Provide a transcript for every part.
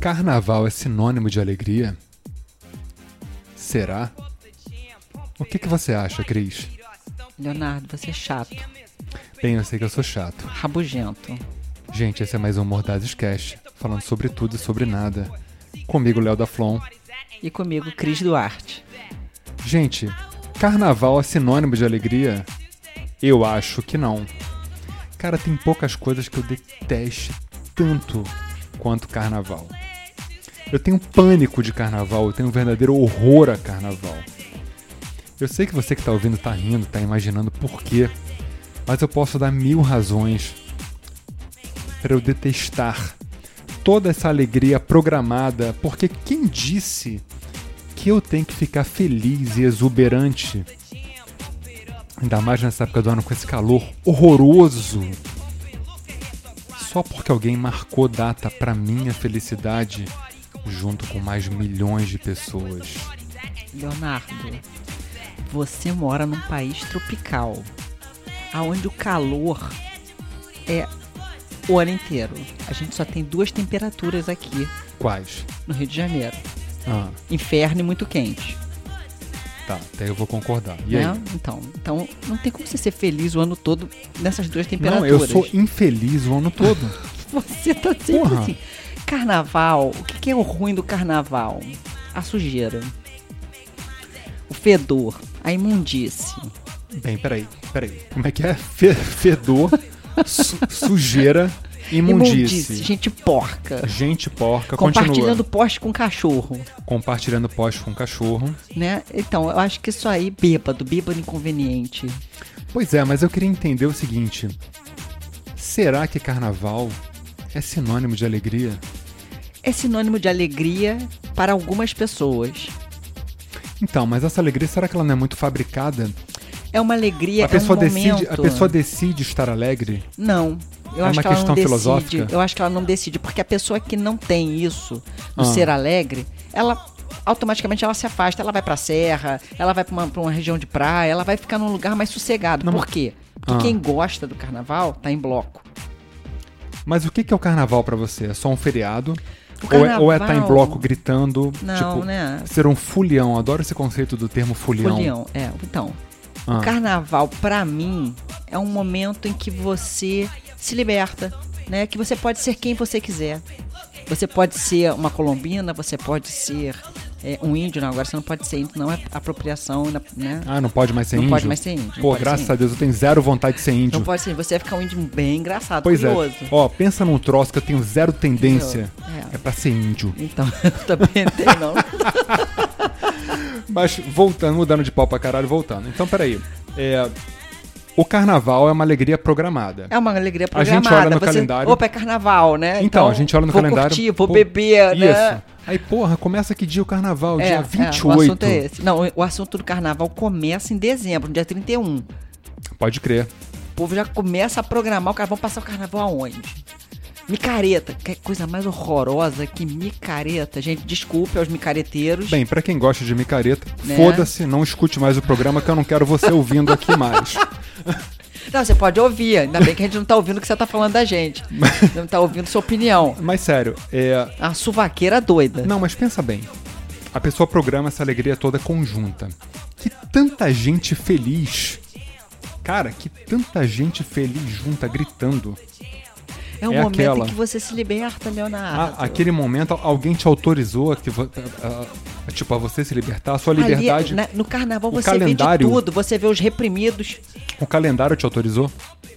carnaval é sinônimo de alegria? Será? O que, que você acha, Cris? Leonardo, você é chato, Bem, eu sei que eu sou chato. rabugento. Gente, esse é mais um Mordazes Cast, falando sobre tudo e sobre nada. Comigo, Léo da Flon. E comigo, Cris Duarte. Gente, carnaval é sinônimo de alegria? Eu acho que não. Cara, tem poucas coisas que eu deteste tanto quanto carnaval. Eu tenho pânico de carnaval, eu tenho um verdadeiro horror a carnaval. Eu sei que você que tá ouvindo tá rindo, tá imaginando por quê, mas eu posso dar mil razões para eu detestar toda essa alegria programada, porque quem disse que eu tenho que ficar feliz e exuberante. Ainda mais nessa época do ano com esse calor horroroso. Só porque alguém marcou data pra minha felicidade junto com mais milhões de pessoas. Leonardo, você mora num país tropical, aonde o calor é o ano inteiro. A gente só tem duas temperaturas aqui Quais? no Rio de Janeiro: Ah, inferno e muito quente. tá, até eu vou concordar. E né? aí? Então, então, não tem como você ser feliz o ano todo nessas duas Não, temperaturas. eu sou infeliz o ano todo. Você tá sempre Porra. assim. Carnaval, o que, que é o ruim do carnaval? A sujeira. O fedor. A imundície. Bem, peraí, peraí. Como é que é? Fe- Fedor, su- sujeira, imundície. Gente porca. Gente porca, continua. Compartilhando poste com cachorro. Compartilhando post com cachorro. Né? Então, eu acho que isso aí, bêbado, bêbado inconveniente. Pois é, mas eu queria entender o seguinte: será que carnaval é sinônimo de alegria? É sinônimo de alegria para algumas pessoas. Então, mas essa alegria, será que ela não é muito fabricada? É uma alegria, a pessoa é um decide, momento. a pessoa decide estar alegre? Não. Eu É acho uma que questão ela não decide. filosófica? Eu acho que ela não decide, porque a pessoa que não tem isso, do Ah. ser alegre, ela automaticamente ela se afasta, ela vai pra serra, ela vai pra uma, pra uma região de praia, ela vai ficar num lugar mais sossegado. Não, Por quê? Porque Ah. quem gosta do carnaval tá em bloco. Mas o que que é o carnaval pra você? É só um feriado? O Ou é- Ou é estar em carnaval- bloco gritando? Não, tipo, né? ser um fulião. Adoro esse conceito do termo fulião. Folião, é. Então, Ah. o carnaval, pra mim, é um momento em que você se liberta, né? Que você pode ser quem você quiser. Você pode ser uma colombina, você pode ser é, um índio. Não, agora você não pode ser índio, não é apropriação, né? Ah, não pode mais ser Não índio? pode mais ser índio, não Pô, pode ser graças índio. a Deus, eu tenho zero vontade de ser índio. Não pode ser, você vai ficar um índio bem engraçado, Pois curioso. é. Ó, pensa num troço que eu tenho zero tendência. É. É pra ser índio. Então, eu também não tenho, não. Mas voltando, mudando de pau pra caralho, voltando. Então, peraí. É, o carnaval é uma alegria programada. É uma alegria A programada. gente olha no você- calendário- Opa, é carnaval, né? Então, a gente olha no vou calendário. Curtir, vou pô, beber, né? Isso. Aí, porra, começa que dia o carnaval? dia É, o 28. assunto é esse. Não, o assunto do carnaval começa em dezembro, no dia 31. O Pode crer. povo já começa a programar o carnaval, vão passar o carnaval aonde? Micareta, que é coisa mais horrorosa que micareta. Gente, desculpe aos micareteiros. Bem, pra quem gosta de micareta, Né? foda-se, não escute mais o programa que eu não quero você ouvindo aqui mais. não, você pode ouvir, ainda bem que a gente não tá ouvindo o que você tá falando da gente. não tá ouvindo sua opinião. Mas sério, é, A suvaqueira doida. Não, mas pensa bem. A pessoa programa essa alegria toda conjunta. Que tanta gente feliz. Cara, que tanta gente feliz junta, gritando. é um é momento aquela. em que você se liberta, Leonardo. Ah, aquele momento, alguém te autorizou a, que vo- a- a- tipo, a você se libertar. A sua Ali, né? liberdade, na- no carnaval o você calendário- vê de tudo, você vê os reprimidos, o calendário te autorizou.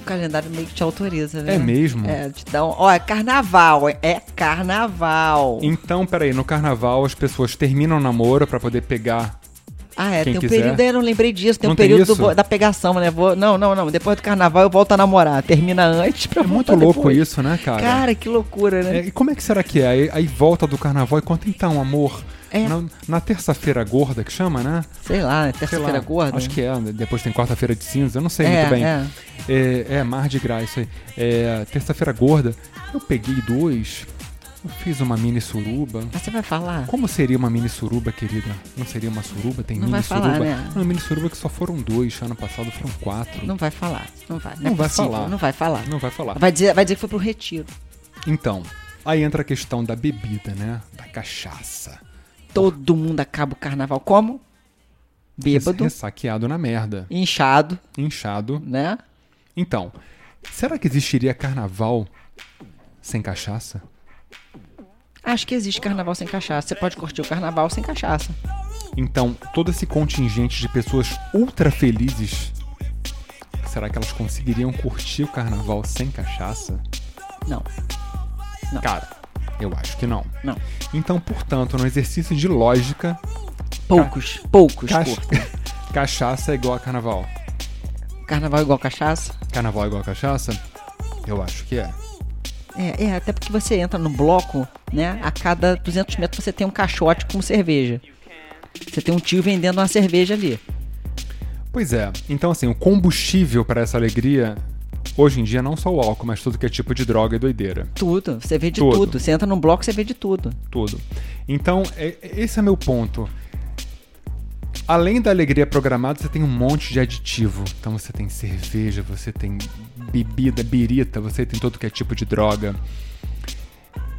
O calendário meio que te autoriza, né? É mesmo? É, te dá um... Ó, é carnaval, é carnaval. Então, peraí, no carnaval as pessoas terminam o namoro pra poder pegar... Ah, é, quem tem um quiser. período... Eu não lembrei disso, tem Não um tem período do- isso? da pegação, né? Vou... Não, não, não, depois do carnaval eu volto a namorar. Termina antes pra É muito voltar louco depois. isso, né, cara? Cara, que loucura, É, né? e como é que será que é? Aí, aí volta do carnaval e conta, então, amor... É. Na, na terça-feira gorda, que chama, né? Sei lá, Sei lá, né? terça-feira gorda. Acho que é, depois tem quarta-feira de cinza, eu não sei É, muito bem. é. É, é, Mar de Graça, isso aí. É, terça-feira gorda, eu peguei dois, eu fiz uma mini suruba. Mas você vai falar? Como seria uma mini suruba, querida? Não seria uma suruba? Tem Não mini vai falar, suruba? né? Não, mini suruba que só foram dois, ano passado foram quatro. Não vai falar, não vai. Não, Não é vai possível, falar. Não vai falar. Não vai falar. Vai dizer, vai dizer que foi pro retiro. Então, Aí entra a questão da bebida, né? Da cachaça. Todo mundo acaba o carnaval como? Bêbado, Ressaqueado na merda. inchado, Inchado. né? Então, será que existiria carnaval sem cachaça? Acho que existe carnaval sem cachaça. Você pode curtir o carnaval sem cachaça. Então, todo esse contingente de pessoas ultra felizes, será que elas conseguiriam curtir o carnaval sem cachaça? Não, Não. Cara, eu acho que não. não. Então, portanto, no exercício de lógica, Poucos, poucos cacha- curtem. cachaça é igual a carnaval. Carnaval é igual cachaça? Carnaval é igual a cachaça? Eu acho que é. É, é, até porque você entra no bloco, né? A cada 200 metros você tem um caixote com cerveja. Você tem um tio vendendo uma cerveja ali. Pois é. Então, assim, o combustível para essa alegria, hoje em dia, não só o álcool, mas tudo que é tipo de droga e doideira. Tudo, você vê de Tudo. tudo. Você entra num bloco, você vê de tudo. Tudo. Então, é- esse é meu ponto. Além da alegria programada, você tem um monte de aditivo. Então, você tem cerveja, você tem bebida, birita, você tem todo que é tipo de droga.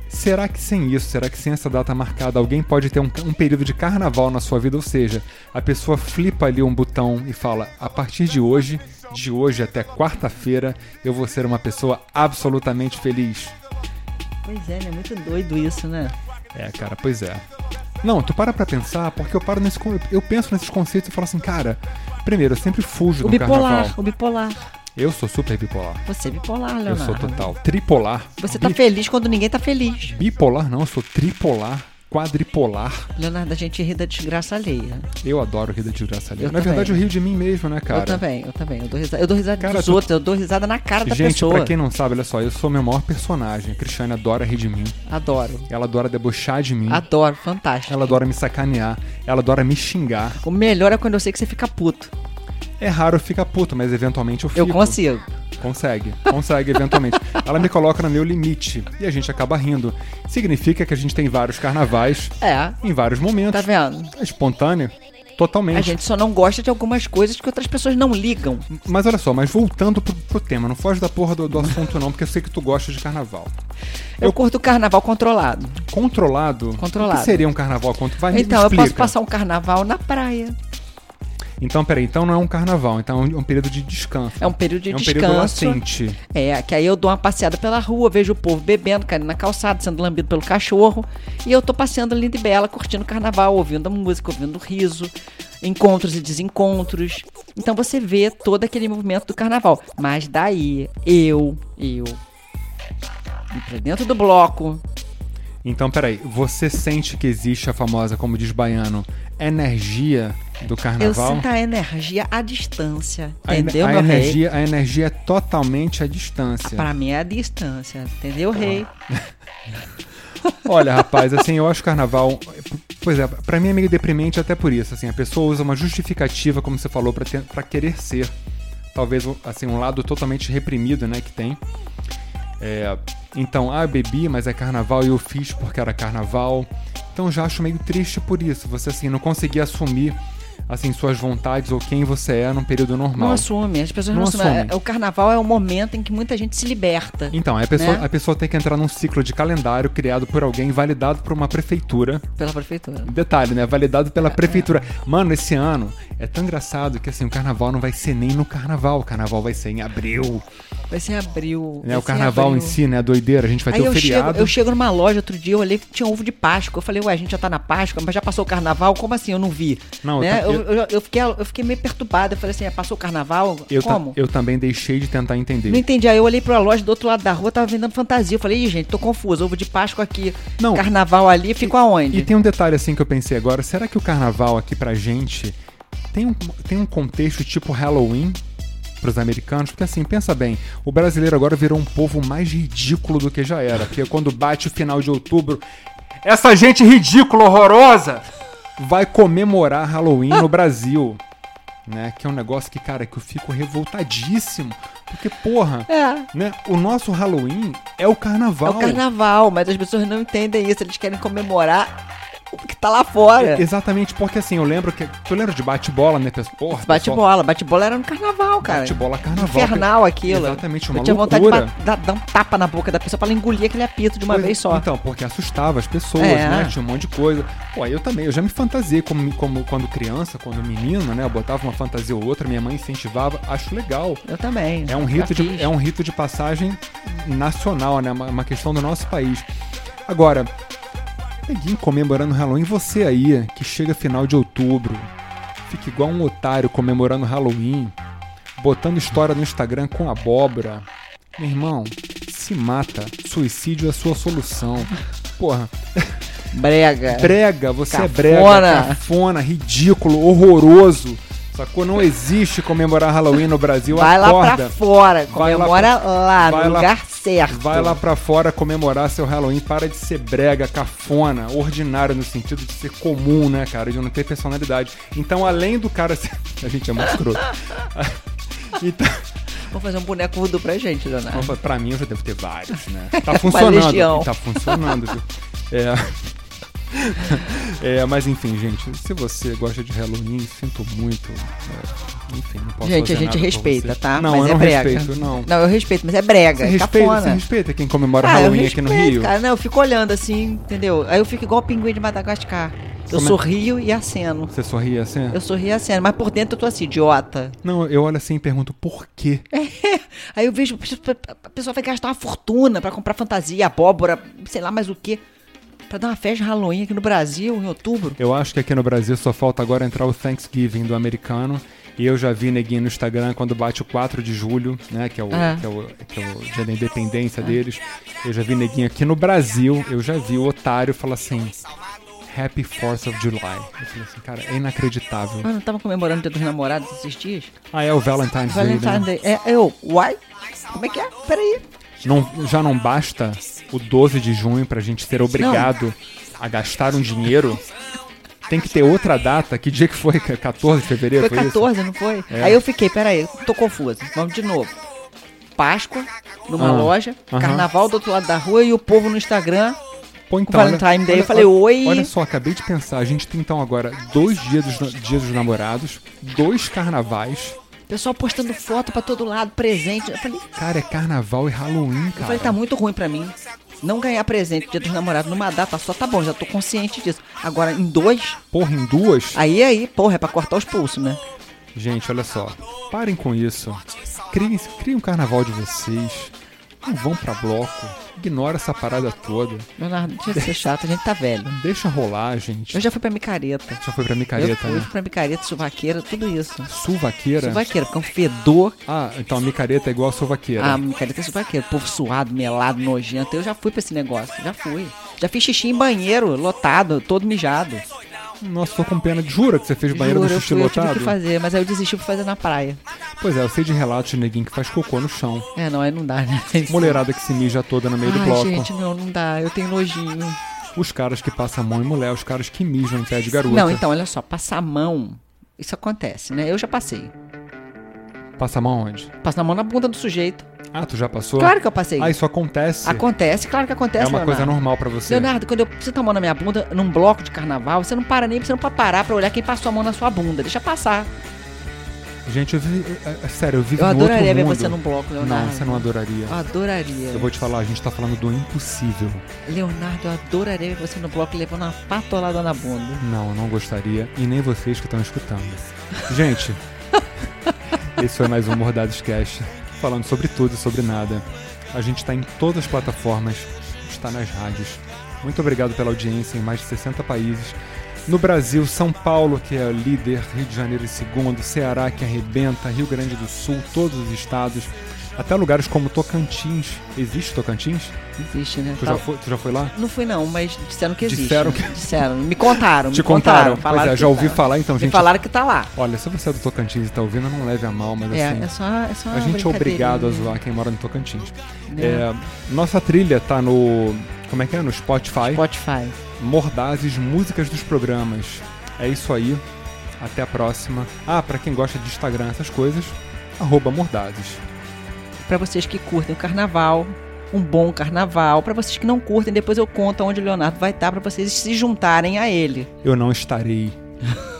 Será que sem isso, será que sem essa data marcada, alguém pode ter um, um período de carnaval na sua vida? Ou seja, a pessoa flipa ali um botão e fala: a partir de hoje, de hoje até quarta-feira, eu vou ser uma pessoa absolutamente feliz. Pois é, né? Muito doido isso, né? É, cara, pois é. Não, tu para pra pensar, porque eu paro nesse. con- Eu penso nesses conceitos e falo assim, cara, primeiro, eu sempre fujo do O bipolar, carnaval. o bipolar. Eu sou super bipolar. Você é bipolar, Eu Leonardo. sou total. Tripolar. Você tá Bi- feliz quando ninguém tá feliz. Bipolar não, eu sou tripolar, quadripolar. Leonardo, a gente ri da desgraça alheia. Eu adoro rir da desgraça ali. Eu Na também. verdade, eu rio de mim mesmo, né, cara? Eu também, eu também. Eu dou risada, eu dou risada Cara, dos tu- outros, eu dou risada na cara da Gente, pessoa. pra quem não sabe, olha só, eu sou meu maior personagem. A Cristiane adora rir de mim. Adoro, Ela adora debochar de mim. adoro, fantástico. Hum. Ela adora me sacanear. Ela adora me xingar. O melhor é quando eu sei que você fica puto. É raro eu ficar puto, mas eventualmente eu fico. Eu consigo. Consegue, consegue eventualmente. Ela me coloca no meu limite e a gente acaba rindo. Significa que a gente tem vários carnavais É, em vários momentos. tá vendo? É espontâneo, totalmente. A gente só não gosta de algumas coisas que outras pessoas não ligam. Mas olha só, mas voltando pro, pro tema, não foge da porra do, do assunto não, porque eu sei que tu gosta de carnaval. Eu, curto o carnaval controlado. Controlado. Controlado. O que seria um carnaval contra? Vai me então, eu explica. posso passar um carnaval na praia. Então, peraí, então não é um carnaval, então é um período de descanso. É um período de É um descanso. período lacente. É, que aí eu dou uma passeada pela rua, vejo o povo bebendo, caindo na calçada, sendo lambido pelo cachorro. E eu tô passeando linda e bela, curtindo o carnaval, ouvindo a música, ouvindo o riso, encontros e desencontros. Então você vê todo aquele movimento do carnaval. Mas daí, eu, eu, ir pra dentro do bloco, Então, peraí, você sente que existe a famosa, como diz baiano, energia do eu carnaval? sinto a energia à distância. A ener- Entendeu, a, meu rei? energia, a energia é totalmente à distância. Pra mim é a distância, entendeu, Tá. rei? Olha, rapaz, assim, eu acho o carnaval. Pois é, pra mim é meio deprimente até por isso. Assim, a pessoa usa uma justificativa, como você falou, pra, ter- pra querer ser. Talvez, assim, um lado totalmente reprimido, né, que tem. É, então, ah, eu bebi, mas é carnaval e eu fiz porque era carnaval. Então já acho meio triste por isso. Você, assim, não conseguir assumir, assim, suas vontades ou quem você é num período normal. Não assume, as pessoas Não não, assumem. assume. O carnaval é o momento em que muita gente se liberta. Então, aí a pessoa, Né? a pessoa tem que entrar num ciclo de calendário criado por alguém, validado por uma prefeitura. Pela prefeitura. Detalhe, né? Validado pela É, prefeitura. Mano, esse ano é tão engraçado que assim, o carnaval não vai ser nem no carnaval. O carnaval vai ser em abril. Vai ser abril. Né? vai O ser carnaval abril. em si, né? Doideira. A gente vai Aí ter o eu chego, feriado. eu chego numa loja outro dia, eu olhei que tinha ovo de Páscoa. Eu falei, ué, a gente já tá na Páscoa, mas já passou o carnaval? Como assim? Eu não vi. Não, eu né? ta- eu, eu- eu fiquei, eu fiquei meio perturbada. Eu falei assim, é, passou o carnaval? Eu, ta- Como? eu também deixei de tentar entender. Não entendi. Aí eu olhei pra loja do outro lado da rua, tava vendendo fantasia. Eu falei, ih, gente, tô confuso. Ovo de Páscoa aqui, Não. carnaval ali, fico aonde? E tem um detalhe assim que eu pensei agora. Será que o carnaval aqui pra gente tem um, tem um contexto tipo Halloween pros americanos? Porque assim, pensa bem, o brasileiro agora virou um povo mais ridículo do que já era. Porque quando bate o final de outubro, essa gente ridícula, horrorosa, vai comemorar Halloween no Brasil. Né? Que é um negócio que, cara, que eu fico revoltadíssimo. Porque, porra, É. né? O nosso Halloween é o É carnaval. o carnaval, mas as pessoas não entendem isso. Eles querem comemorar que tá lá fora. Ah, Exatamente, porque assim, eu lembro que. Tu lembra de bate-bola, né? pessoal? Porra, pessoal, Bate-bola. Bate-bola era no carnaval, cara. Bate-bola carnaval. Infernal aquilo. Ah, Exatamente, uma Eu tinha vontade de loucura. ba- dar, dar um tapa na boca da pessoa pra ela engolir aquele apito de uma Pois- vez só. Então, porque assustava as pessoas, É. né? Tinha um monte de coisa. Pô, eu também, eu já me fantasiei como, como quando criança, quando menino, né? Eu botava uma fantasia ou outra, minha mãe incentivava, acho legal. Eu também. É um Já rito, de, fiz. é um rito de passagem nacional, né? Uma, uma questão do nosso país. Agora, neguinho comemorando Halloween, você aí que chega final de outubro, fica igual um otário comemorando Halloween, botando história no Instagram com abóbora. Meu irmão, se mata. Suicídio é a sua solução. Porra, Brega. brega, você é brega, Cafona. cafona, ridículo, horroroso. Sacou? Não existe comemorar Halloween no Brasil. Vai lá Acorda. pra fora. Vai lá Comemora lá, vai no lá- lugar certo. Vai lá pra fora comemorar seu Halloween, para de ser brega, cafona, ordinário no sentido de ser comum, né, cara? De não ter personalidade. Então, além do cara ser. A gente é muito escroto. Então, Vou fazer um boneco voodoo pra gente, Leonardo. opa, pra mim eu já devo ter vários, né? Tá funcionando. legião. tá funcionando, viu? É. É, mas enfim, gente, se você gosta de Halloween, sinto muito. É, enfim, não posso Gente, fazer a gente nada por respeita, você. tá? Não, mas eu é não brega. respeito, não. eu respeito, mas é brega. Você é respeita, você cafona. respeita quem comemora Ah, eu Halloween aqui no respeito, Rio? Cara, não, eu fico olhando assim, entendeu? Aí eu fico igual o pinguim de Madagascar. Eu Como é? sorrio e aceno. Você sorri assim? Eu sorrio e aceno, mas por dentro eu tô assim, idiota. Não, eu olho assim e pergunto por quê? É. Aí eu vejo, a pessoa vai gastar uma fortuna pra comprar fantasia, abóbora, sei lá mais o quê. Pra dar uma festa de Halloween aqui no Brasil, em outubro. Eu acho que aqui no Brasil só falta agora entrar o Thanksgiving do americano. E eu já vi neguinho no Instagram quando bate o 4 de julho, né? Que é o, Ah. que é o, que é o dia da independência deles. Eu já vi neguinho aqui no Brasil, eu já vi o otário falar assim. Happy 4th of July. Eu falei assim, cara, é inacreditável. Ah, não tava comemorando o dia dos namorados esses dias? Ah, é o Valentine's Day, né? Valentine's Day. É, eu, uai? Como é que é? Peraí. Não, já não basta o 12 de junho pra gente ser obrigado a gastar um dinheiro? Tem que ter outra data. Que dia que foi? 14 de fevereiro? Foi Foi, isso? 14, não foi? É. Aí eu fiquei, peraí, tô confusa. Vamos de novo. Páscoa, numa Ah, loja, aham. carnaval do outro lado da rua e o povo no Instagram. Pô, então, Valentine Day, eu falei, oi. Olha só, acabei de pensar, a gente tem então agora dois dias dos, na- dias dos namorados, dois carnavais. Pessoal postando foto pra todo lado, presente. Eu falei, Cara, é carnaval e Halloween, eu cara. falei, tá muito ruim pra mim. Não ganhar presente dia dos namorados numa data só, tá bom, já tô consciente disso. Agora, em dois, Porra, em duas? aí, aí, porra, é pra cortar os pulsos, né? Gente, olha só, parem com isso. Criem, criem um carnaval de vocês. Não vão pra bloco. Ignora essa parada toda. Leonardo, deixa de ser chato, a gente tá velho. Deixa rolar, gente. Eu já fui pra micareta. Já foi pra Eu micareta, fui né? pra micareta, suvaqueira, tudo isso. Suvaqueira? Suvaqueira, porque é um fedor. Ah, então a micareta é igual a suvaqueira. Ah, micareta é suvaqueira. Povo suado, melado, nojento. Eu já fui pra esse negócio, já fui. Já fiz xixi em banheiro, lotado, todo mijado. Nossa, tô com pena. Jura que você fez banheiro Juro, no eu xixi fui, eu tive lotado? que fazer, mas aí eu desisti pra fazer na praia. Pois é, eu sei de relatos de neguinho que faz cocô no chão. É, não, aí não dá, né? Mulherada que se mija toda no meio do Ai, bloco. gente, não, não dá. Eu tenho nojinho. Os caras que passam mão em mulher, os caras que mijam em pé de garota. Não, então, olha só. Passar a mão, isso acontece, né? Eu já passei. Passa a mão onde? Passo na mão na bunda do sujeito. Ah, tu já passou? Claro que eu passei. Ah, isso acontece. acontece, claro que acontece, é uma Leonardo. coisa normal pra você. Leonardo, quando eu, você tá a mão na minha bunda, num bloco de carnaval, você não para nem, você não pode parar pra olhar quem passou a mão na sua bunda. Deixa passar. Gente, eu vi... é- é- sério, eu vivo Eu num outro adoraria ver mundo. você num bloco, Leonardo. Não, você não adoraria. Eu adoraria. Eu vou te falar, a gente tá falando do impossível. Leonardo, eu adoraria ver você no bloco levando uma patolada na bunda. Não, eu não gostaria. E nem vocês que estão escutando. Gente, esse foi mais um Mordados Cast. Falando sobre tudo e sobre nada. A gente está em todas as plataformas. Está nas rádios. Muito obrigado pela audiência em mais de 60 países. No Brasil, São Paulo, que é o líder, Rio de Janeiro em segundo, Ceará, que arrebenta, Rio Grande do Sul, todos os estados, até lugares como Tocantins. Existe Tocantins? Existe, né? Tu, Tá- já, foi, tu já foi lá? Não fui não, mas disseram que existe. Disseram que- Disseram. Me contaram. Te me contaram. contaram? Pois é, que já ouvi tá. falar, então, Me gente. falaram que tá lá. Olha, se você é do Tocantins e tá ouvindo, não leve a mal, mas É, assim. é só, é só A gente é obrigado uma a brincadeirinha, zoar quem mora no Tocantins. né? É, nossa trilha tá no. Como é que é? No Spotify. Spotify. Mordazes, músicas dos programas. É isso aí. Até a próxima. Ah, pra quem gosta de Instagram, essas coisas, arroba Mordazes. Pra vocês que curtem o carnaval, um bom carnaval. Para vocês que não curtem, depois eu conto onde o Leonardo vai estar para vocês se juntarem a ele. Eu não estarei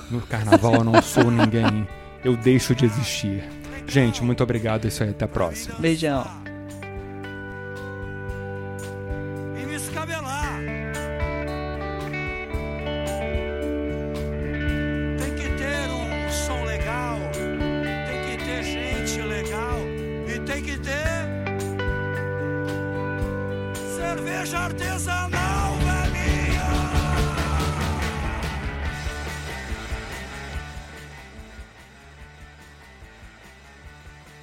no carnaval, eu não sou ninguém. Eu deixo de existir. Gente, muito obrigado. É isso aí. Até a próxima. Beijão. e me escabelar. Tem que ter um som legal, tem que ter gente legal e tem que ter cerveja artesanal.